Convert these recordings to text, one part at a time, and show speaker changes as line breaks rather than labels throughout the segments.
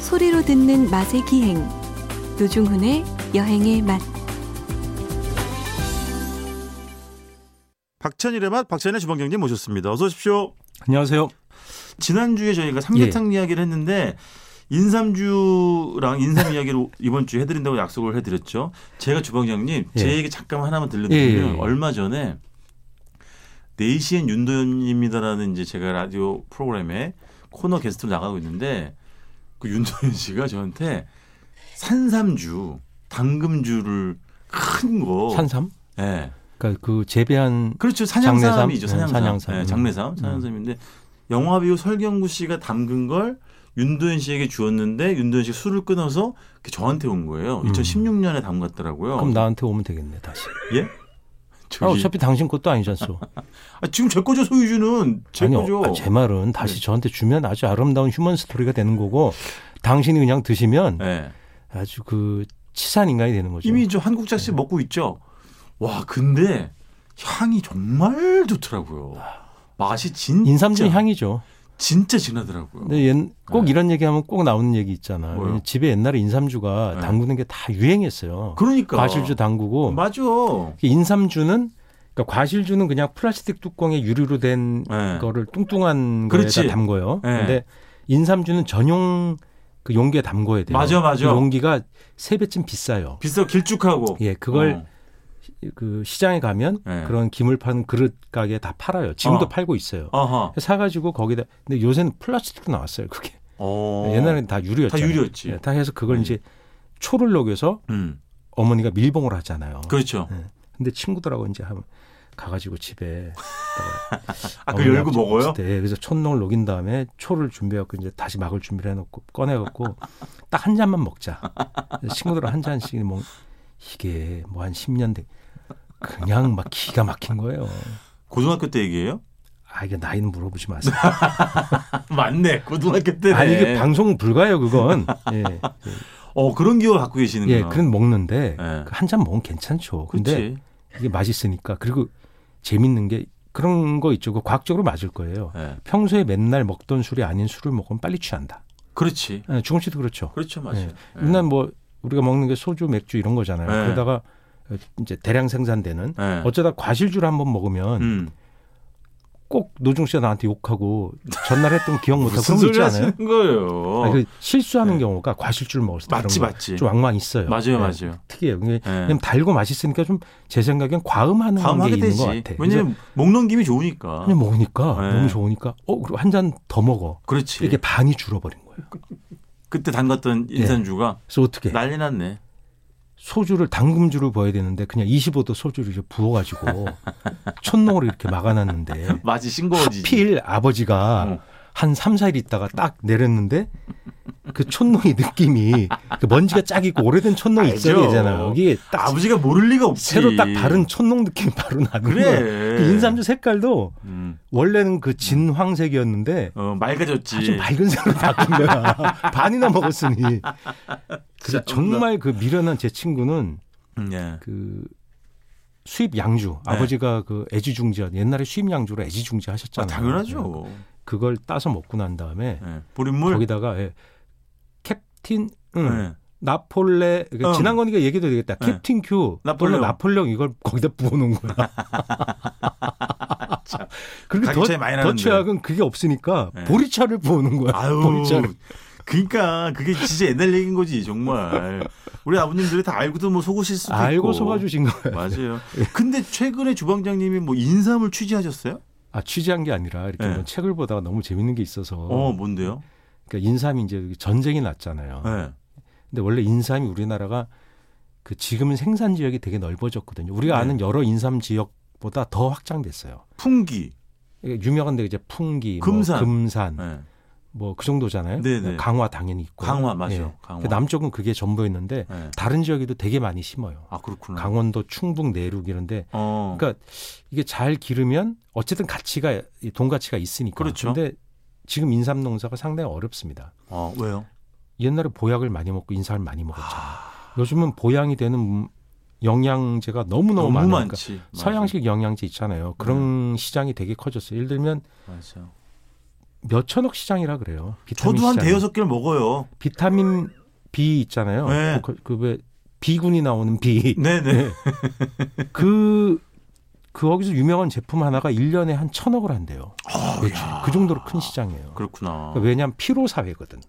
소리로 듣는 맛의 기행 노중훈의 여행의 맛
박찬일의 맛 박찬일 주방장님 모셨습니다. 어서 오십시오.
안녕하세요.
지난주에 저희가 삼계탕
예.
이야기를 했는데 인삼주랑 인삼 이야기를 이번 주에 해드린다고 약속을 해드렸죠. 제가 주방장님 제
예.
얘기 잠깐 하나만
예,
들려드리면
예, 예. 얼마
얼마 전에 4시엔 윤도현입니다라는 이제 제가 라디오 프로그램에 코너 게스트로 나가고 있는데 그 윤도현 씨가 저한테 산삼주, 당금주를 큰 거.
산삼?
예.
그러니까 그 재배한
그렇죠. 산양삼이죠.
장례삼?
산양삼.
네, 산양삼. 음.
네, 장례삼. 산양삼인데 영화 배우 설경구 씨가 담근 걸 윤도현 씨에게 주었는데 윤도현 씨가 술을 끊어서 이렇게 저한테 온 거예요.
음.
2016년에 담갔더라고요.
그럼 나한테 오면 되겠네 다시.
예?
아,
저기,
어차피 당신 것도 아니잖소.
아, 지금 제 거죠 소유주는 제
아니요.
거죠. 네.
아, 제 말은 다시 저한테 주면 아주 아름다운 휴먼 스토리가 되는 거고 당신이 그냥 드시면
예.
아주 그 치산 인간이 되는 거죠.
이미 저 한국 작시 먹고 있죠. 와 근데 향이 정말 좋더라고요. 맛이 진짜
인삼주 향이죠.
진짜 진하더라고요.
근데 옛- 꼭
네.
이런 얘기하면 꼭 나오는 얘기 있잖아.
뭐요?
왜냐면 집에 옛날에 인삼주가
네.
담그는 게 다 유행했어요.
그러니까
과실주 담그고
맞아.
인삼주는 그러니까 과실주는 그냥 플라스틱 뚜껑에 유리로 된
예.
거를 뚱뚱한
그렇지.
거에다 담궈요.
예.
근데 인삼주는 전용 그 용기에 담궈야 돼요.
맞아, 맞아.
그 용기가 세 배쯤 비싸요.
비싸 길쭉하고.
예, 그걸
어.
그 시장에 가면
예.
그런 김을 파는 그릇 가게에 다 팔아요. 지금도
어.
팔고 있어요.
아하.
사가지고 거기다 근데 요새는 플라스틱도 나왔어요. 그게
어.
옛날에는 다
다
유리였죠. 예.
유리였지.
다 해서 그걸
음.
이제 초를 녹여서
음.
어머니가 밀봉을 하잖아요.
그렇죠.
예. 근데 친구들하고 이제 한 가가지고 집에
아, 그걸 열고
어머니가
먹어요?
있을 때 네, 그래서 촛농을 녹인 다음에 초를 준비해갖고 이제 다시 막을 준비를 해놓고 꺼내갖고 딱 한 잔만 먹자. 그래서 친구들은 한 잔씩 먹. 이게 뭐 한 10년 된 그냥 막 기가 막힌 거예요.
고등학교 때 얘기예요?
아 이게 나이는 물어보지 마세요.
아, 맞네. 고등학교 때.
아니 이게 방송 불가요 그건. 예,
어, 그런 기억 갖고 계시는
예
거예요.
그건 먹는데
예.
한 잔 먹으면 괜찮죠.
렇
근데
지
이게 맛있으니까 그리고 재밌는 게 그런 거 있죠. 그 과학적으로 맞을 거예요. 평소에 맨날 먹던 술이 아닌 술을 먹으면 빨리 취한다.
그렇지.
예, 주홍 씨도 그렇죠.
그렇죠. 맞아요. 예.
맨날 뭐 우리가 먹는 게 소주, 맥주 이런 거잖아요.
네.
그러다가 이제 대량 생산되는
예.
어쩌다 과실주를 한번 먹으면
음.
꼭 노중 씨가 나한테 욕하고 전날 했던 거 기억 못하고
무슨 소리
그런 거 있지 않아요?
하시는 거예요?
아니, 그 실수하는
네.
경우가 과실주를 먹었을 때
맞지,
그런
맞지.
거 좀 왕왕 있어요.
맞아요,
예,
맞아요.
특이해요. 그게
예.
왜냐면 달고 맛있으니까 좀 제 생각엔 과음하는 뭐 게
과음하게
있는
되지.
것 같아.
왜냐면 목 넘김이 좋으니까.
그냥 뭐 먹으니까
네.
너무 좋으니까 어 그리고 한 잔 더 먹어.
그렇지.
이게 예. 반이 줄어버린 거예요.
그때 담갔던 인산주가
그래서 어떻게
난리 났네.
소주를 당금주를 부어야 되는데 그냥 25도 소주를 이제 부어가지고 촛농으로 이렇게 막아놨는데
맛이 싱거워지지.
하필 아버지가
어.
한 3, 4일 있다가 딱 내렸는데 그 촛농의 느낌이 그 먼지가 쫙 있고 오래된 촛농이 있어야
알죠.
되잖아요. 이게 딱
아버지가 모를 리가 없지.
새로 딱 바른 촛농 느낌이 바로 나는 거예요.
그래. 네.
그 인삼주 색깔도
음.
원래는 그 진황색이었는데
어, 맑아졌지.
아주 맑은 색으로 바뀐 거야. 반이나 먹었으니. 그래서
진짜
정말 그 미련한 제 친구는
음, 예.
그 수입 양주
네.
아버지가 그 애지중지 옛날에 수입 양주로 애지중지
아,
하셨잖아요. 네.
당연하죠.
그걸 따서 먹고 난 다음에
예. 보린물.
거기다가 음. 예, 캡틴 응,
예.
나폴레 그러니까
응.
지난 거니까 얘기도 되겠다.
네.
캡틴 큐
나폴레옹.
나폴레 나폴레옹 이걸 거기다 부어놓은 거야. 그리고
가격
더,
차이 많이
더
나는데.
최악은 그게 없으니까
네.
보리차를 부어놓은 거야.
아유.
보리차를.
그러니까 그게 진짜 옛날 얘기인 거지 정말. 우리 아버님들이 다 알고도 뭐 속으실 수도 있고.
알고 예. 속아주신 거야.
맞아요. 근데 최근에 주방장님이 뭐 인삼을 취재하셨어요?
아 취재한 게 아니라 이렇게
네.
한번 책을 보다가 너무 재밌는 게 있어서
어, 뭔데요?
그러니까 인삼이 이제 전쟁이 났잖아요.
예.
근데 원래 인삼이 우리나라가 그 지금은 생산 지역이 되게 넓어졌거든요. 우리가
네.
아는 여러 인삼 지역보다 더 확장됐어요.
풍기.
이게 유명한 데가 이제 풍기,
금산.
뭐 금산,
예.
뭐 그 정도잖아요.
네네.
강화 당연히 있고.
강화 맞아요.
예.
강화.
그 남쪽은 그게 전부였는데
예.
다른 지역에도 되게 많이 심어요.
아 그렇구나.
강원도, 충북, 내륙 이런데
어.
그러니까 이게 잘 기르면 어쨌든 가치가 이 돈가치가 있으니까.
그렇죠.
근데 지금 인삼 농사가 상당히 어렵습니다.
어, 왜요?
옛날에 보약을 많이 먹고 인삼을 많이 먹었잖아요.
아,
요즘은 보양이 되는 음, 영양제가 너무너무 그러니까
너무
많으니까
많지. 맞아. 네.
서양식 영양제 있잖아요. 그런 시장이 되게 커졌어요. 예를 들면
맞아.
몇 천억 시장이라 그래요. 비타민
저도 한
시장이.
대여섯 개를 먹어요.
비타민 B 있잖아요.
네.
그- 그왜 B군이 나오는 B.
네네.
그, 그 거기서 유명한 제품 하나가 1년에 한 천억을 한대요.
아우,
매출.
야.
그 정도로 큰 시장이에요.
그렇구나.
그러니까 왜냐하면 피로 사회거든.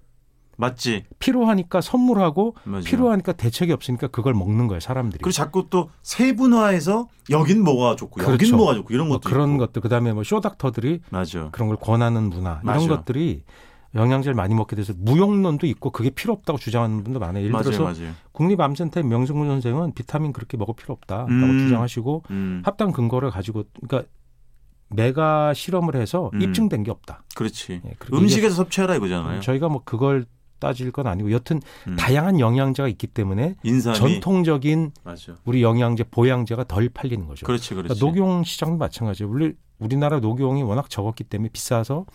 맞지.
피로하니까 선물하고
맞아요.
필요하니까 대책이 없으니까 그걸 먹는 거예요 사람들이.
그리고 자꾸 또 세분화해서 여긴 뭐가 좋고 여긴
그렇죠.
뭐가 좋고 이런
뭐
것도
그런
있고.
것들 그다음에 뭐 쇼닥터들이
맞아.
그런 걸 권하는 문화
맞아요.
이런 것들이 영양제를 많이 먹게 돼서 무용론도 있고 그게 필요 없다고 주장하는 분도 많아요. 예를
맞아요,
들어서
맞아요.
국립암센터 명승훈 선생은 비타민 그렇게 먹을 필요 없다라고
음.
주장하시고
음,
합당 근거를 가지고 그러니까 메가 실험을 해서
음.
입증된 게 없다.
그렇지.
예, 그리고
음식에서 섭취하라 이거잖아요.
이게 저희가 뭐 그걸 따질 건 아니고 여튼
음.
다양한 영양제가 있기 때문에
인삼이
전통적인
맞아.
우리 영양제 보양제가 덜 팔리는 거죠.
그렇지, 그렇지.
그러니까 녹용 시장도 마찬가지예요. 원래 우리나라 녹용이 워낙 적었기 때문에 비싸서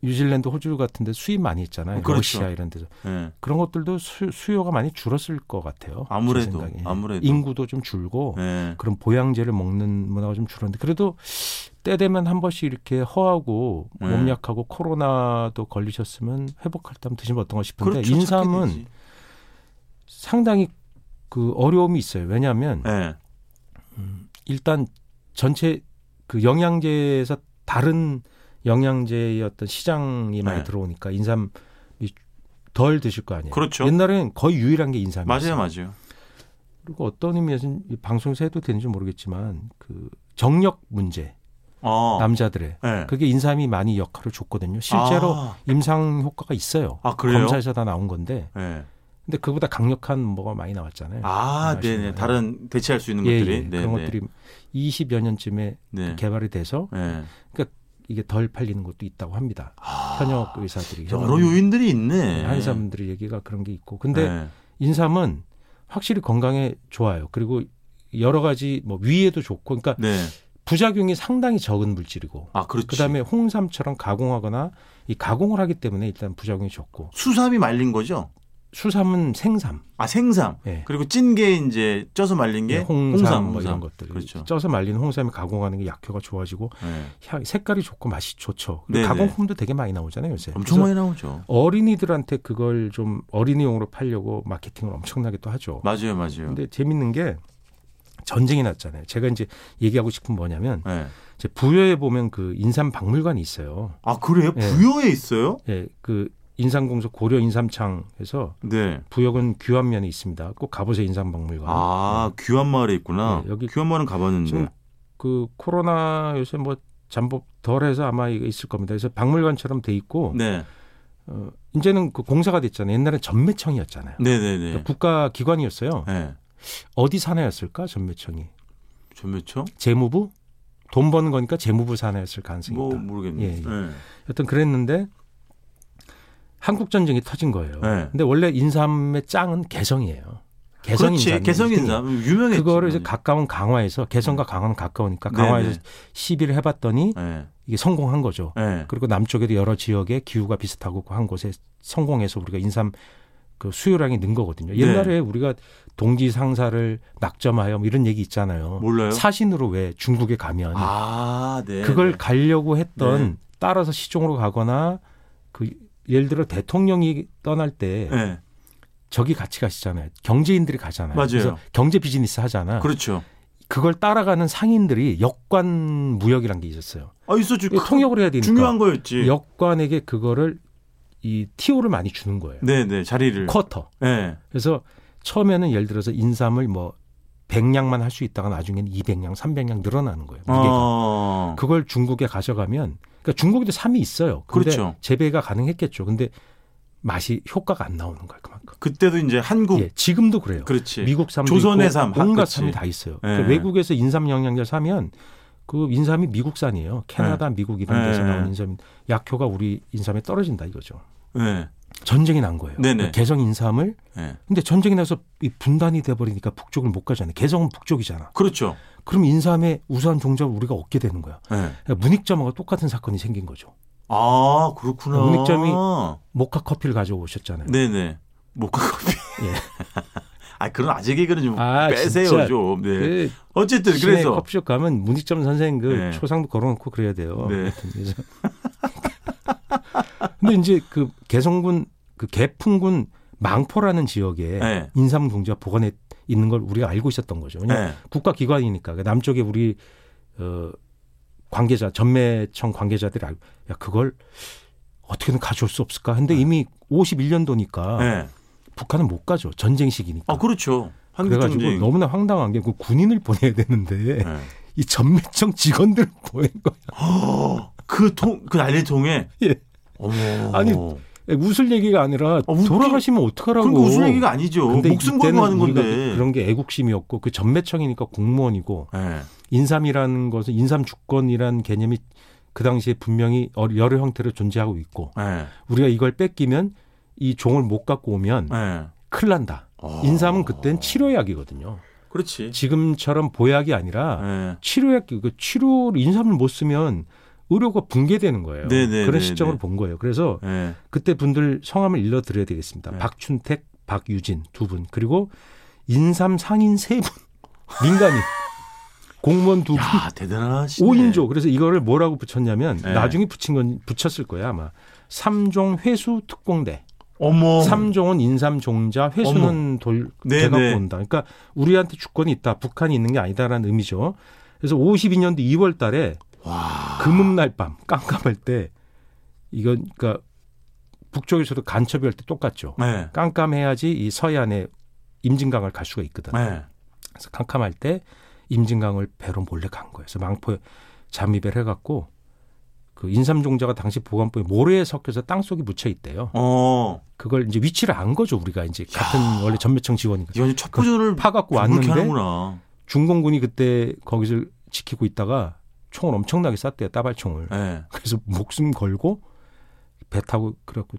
뉴질랜드, 호주 같은 데 수입 많이 했잖아요.
어, 그렇죠.
러시아 이런 데서.
예.
그런 것들도 수, 수요가 많이 줄었을 것 같아요. 제
아무래도,
생각에.
아무래도.
인구도 좀 줄고
예.
그런 보양제를 먹는 문화가 좀 줄었는데 그래도 때 되면 한 번씩 이렇게 허하고
네.
몸 약하고 코로나도 걸리셨으면 회복할 때 한번 드시면 어떤가 싶은데
그렇죠,
인삼은
찾게 되지.
상당히 그 어려움이 있어요. 왜냐하면
예.
일단 전체 그 영양제에서 다른 영양제의 어떤 시장이 많이
네.
들어오니까 인삼이 덜 드실 거 아니에요.
그렇죠.
옛날엔 거의 유일한 게
맞아요,
인삼이었어요.
맞아요.
그리고 어떤 의미에서는 이 방송에서 해도 되는지 모르겠지만 그 정력 문제
어.
남자들의
예.
그게 인삼이 많이 역할을 줬거든요. 실제로
아,
임상 효과가 있어요.
아, 그래요?
검사에서 다 나온 건데
예.
근데 그보다 강력한 뭐가 많이 나왔잖아요.
아,
아시나요?
네네. 다른 대체할 수 있는
네. 예,
것들이.
예.
네,
그런
네.
것들이 20여 년쯤에
네.
개발이 돼서
예.
이게 덜 팔리는 것도 있다고 합니다.
아,
현역 의사들이
여러 요인들이 있네.
한의사분들의 얘기가 그런 게 있고 근데
예.
인삼은 확실히 건강에 좋아요. 그리고 여러 가지 뭐 위에도 좋고 그러니까
네.
부작용이 상당히 적은 물질이고
아, 그렇지.
그다음에 홍삼처럼 가공하거나 이 가공을 하기 때문에 일단 부작용이 적고
수삼이 말린 거죠?
수삼은 생삼,
아, 생삼.
예.
그리고 찐 게 이제 쪄서 말린 게
예, 홍삼, 뭐 이런 것들
그렇죠.
쪄서 말린 홍삼에 가공하는 게 약효가 좋아지고
예.
향, 색깔이 좋고 맛이 좋죠. 근데
네네.
가공품도 되게 많이 나오잖아요 요새.
엄청
그래서
많이 나오죠.
어린이들한테 그걸 좀 어린이용으로 팔려고 마케팅을 엄청나게 또 하죠.
맞아요, 맞아요.
근데 재밌는 게 전쟁이 났잖아요. 제가 이제 얘기하고 싶은 뭐냐면
예.
제 부여에 보면 그 인삼 박물관이 있어요.
아, 그래요?
예.
부여에 있어요?
예, 그 인삼공사 고려 인삼창에서
네.
부역은 귀환면에 있습니다. 꼭 가보세요 인삼 박물관.
아, 귀한 마을에 있구나.
네, 여기
귀한 마을은 가봤는데.
지금 그 코로나 요새 뭐 잠복 덜해서 아마 이게 있을 겁니다. 그래서 박물관처럼 돼 있고
네.
어, 이제는 그 공사가 됐잖아요. 옛날엔 전매청이었잖아요.
네, 네, 네.
그러니까 국가 기관이었어요.
예.
어디 산하였을까 전매청이?
전매청?
재무부? 돈 버는 거니까 재무부 산하였을 가능성이
뭐
있다.
모르겠네요.
예, 예.
예.
여튼 그랬는데 한국 전쟁이 터진 거예요.
네.
근데 원래 인삼의 짱은 개성이에요. 개성
그렇지.
인삼이
개성
일등이에요.
인삼 유명했죠.
그거를 이제 가까운 강화에서 개성과 강화는 가까우니까 강화에서
네네.
시비를 해봤더니
예.
이게 성공한 거죠.
예.
그리고 남쪽에도 여러 지역에 기후가 비슷하고 한 곳에 성공해서 우리가 인삼 그 수요량이 는 거거든요.
네.
옛날에 우리가 동지 상사를 낙점하여 뭐 이런 얘기 있잖아요.
몰라요?
사신으로 왜 중국에 가면
아, 네.
그걸
네.
가려고 했던
네.
따라서 시종으로 가거나 그 예를 들어 대통령이 떠날 때
예.
저기 같이 가시잖아요. 경제인들이 가잖아요.
맞아요.
그래서 경제 비즈니스 하잖아.
그렇죠.
그걸 따라가는 상인들이 역관 무역이란 게 있었어요.
아, 있었지.
이거 통역을 해야 되니까
중요한 거였지.
역관에게 그거를 이 티오를 많이 주는 거예요.
네, 네. 자리를.
쿼터.
예.
그래서 처음에는 예를 들어서 인삼을 뭐 100량만 할 수 있다가 나중에는 200량, 300량 늘어나는 거예요. 무게가. 그
어.
그걸 중국에 가져가면 그러니까 중국에도 삼이 있어요. 근데
그렇죠.
재배가 가능했겠죠. 근데 맛이 효과가 안 나오는 거예요, 그만큼.
그때도 이제 한국
예, 지금도 그래요.
음. 그렇지.
미국 삼도
조선의
있고
삼,
온갖
그치.
삼이 다 있어요.
예.
그러니까 외국에서 인삼 영양제 사면 그 인삼이 미국산이에요. 캐나다, 미국 이런 데서
예.
나온 인삼 약효가 우리 인삼에 떨어진다 이거죠.
예.
전쟁이 난 거예요.
네네.
그러니까 개성 인삼을
예.
근데 전쟁이 나서 이 분단이 돼 버리니까 북쪽을 못 가잖아요. 개성은 북쪽이잖아.
그렇죠.
그럼 인삼의 우수한 종자를 우리가 얻게 되는 거야.
예.
그러니까 문익점하고 똑같은 사건이 생긴 거죠.
아, 그렇구나.
문익점이 모카 커피를 가져오셨잖아요.
네네. 모카 커피.
예.
아 그런 아재 개그는 좀
아,
빼세요
진짜.
좀. 네.
그
어쨌든
시내
그래서
커피숍 가면 문익점 선생 그
네.
뭐 초상도 걸어놓고 그래야 돼요.
네.
아무튼 그래서 근데 이제 그 개성군 그 개풍군 망포라는 지역에
네.
인삼 동지가 보관해 있는 걸 우리가 알고 있었던 거죠. 왜냐
네.
국가기관이니까 그러니까 남쪽에 우리 어 관계자 전매청 관계자들이 알고 야 그걸 어떻게든 가져올 수 없을까? 근데 이미 51년도니까
네.
북한은 못 가죠. 전쟁 시기니까.
아 그렇죠. 한국
그래가지고
전쟁.
너무나 황당한 게 그 군인을 보내야 되는데
네.
이 전매청 직원들 보낸 거예요.
그통그 난리 통에.
예.
어머.
아니, 웃을 얘기가 아니라
웃기-
돌아가시면 어떡하라고.
그런 거 그러니까 웃을 얘기가 아니죠. 목숨 걸고
이때는
하는
우리가
건데.
그런 게 애국심이었고 그 전매청이니까 공무원이고
네.
인삼이라는 것은 인삼 주권이라는 개념이 그 당시에 분명히 어- 여러 형태로 존재하고 있고
네.
우리가 이걸 뺏기면 이 종을 못 갖고 오면
네.
큰일 난다.
어.
인삼은 그땐 치료약이거든요.
그렇지.
지금처럼 보약이 아니라
네.
치료약 그 치료 인삼을 못 쓰면 의료가 붕괴되는 거예요.
네네,
그런
네네.
시점으로 본 거예요. 그래서
네.
그때 분들 성함을 일러 드려야 되겠습니다.
네.
박춘택, 박유진 두 분 그리고 인삼 상인 세 분, 민간인, 공무원 두 분,
야 대단하시네.
오인조 그래서 이거를 뭐라고 붙였냐면
네.
나중에 붙인 건 붙였을 거예요 아마. 삼종 회수 특공대.
어머.
삼종은 인삼 종자, 회수는 돌
네,
대갖고
네.
온다. 그러니까 우리한테 주권이 있다. 북한이 있는 게 아니다라는 의미죠. 그래서 52년도 2월 달에
와.
금음날 밤 깜깜할 때 이건 그러니까 북쪽에서도 간첩이 할 때 똑같죠.
네.
깜깜해야지 이 서해안에 임진강을 갈 수가 있거든.
네.
그래서 캄캄할 때 임진강을 배로 몰래 간 거예요. 그래서 망포에 잠입을 해갖고 그 인삼종자가 당시 보관부에 모래에 섞여서 땅속에 묻혀 있대요.
어.
그걸 이제 위치를 안 거죠 우리가 이제 같은 원래 전매청 지원이니까
이건 첫 구조를
파갖고
그렇게
그 왔는데
하는구나.
중공군이 그때 거기를 지키고 있다가 총을 엄청나게 쐈대요 따발총을
네.
그래서 목숨 걸고 배 타고 그래갖고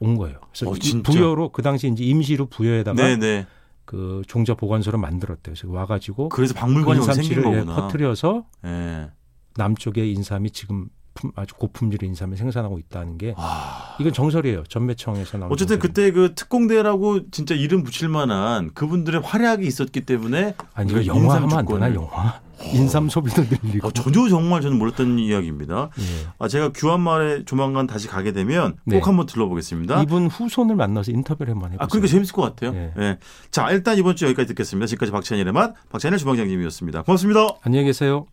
온 거예요. 그래서
어,
이
진짜?
부여로 그 당시 이제 임시로 부여에다가
네네.
그 종자 보관소를 만들었대요. 그래서 와가지고
그래서 박물관이 여기 생긴
인삼치를
거구나.
어? 퍼트려서
예.
남쪽의 인삼이 지금 품- 아주 고품질의 인삼을 생산하고 있다는 게
와.
이건 정설이에요. 전매청에서 나온
아. 어쨌든
정설이.
그때 그 특공대라고 진짜 이름 붙일 만한 그분들의 활약이 있었기 때문에
아니
그
이거 영화
인삼
하면 안
주권을.
되나 영화 인삼 소비도 늘리고
어, 전혀 정말 저는 몰랐던 이야기입니다.
예.
아, 제가 규환마을에 조만간 다시 가게 되면 꼭
네.
한번 들러보겠습니다.
이분 후손을 만나서 인터뷰를 한번 해보세요.
아, 그러니까 재밌을 것 같아요.
예.
예. 자, 일단 이번 주 여기까지 듣겠습니다. 지금까지 박찬일의 맛, 박찬일 주방장님이었습니다. 고맙습니다.
안녕히 계세요.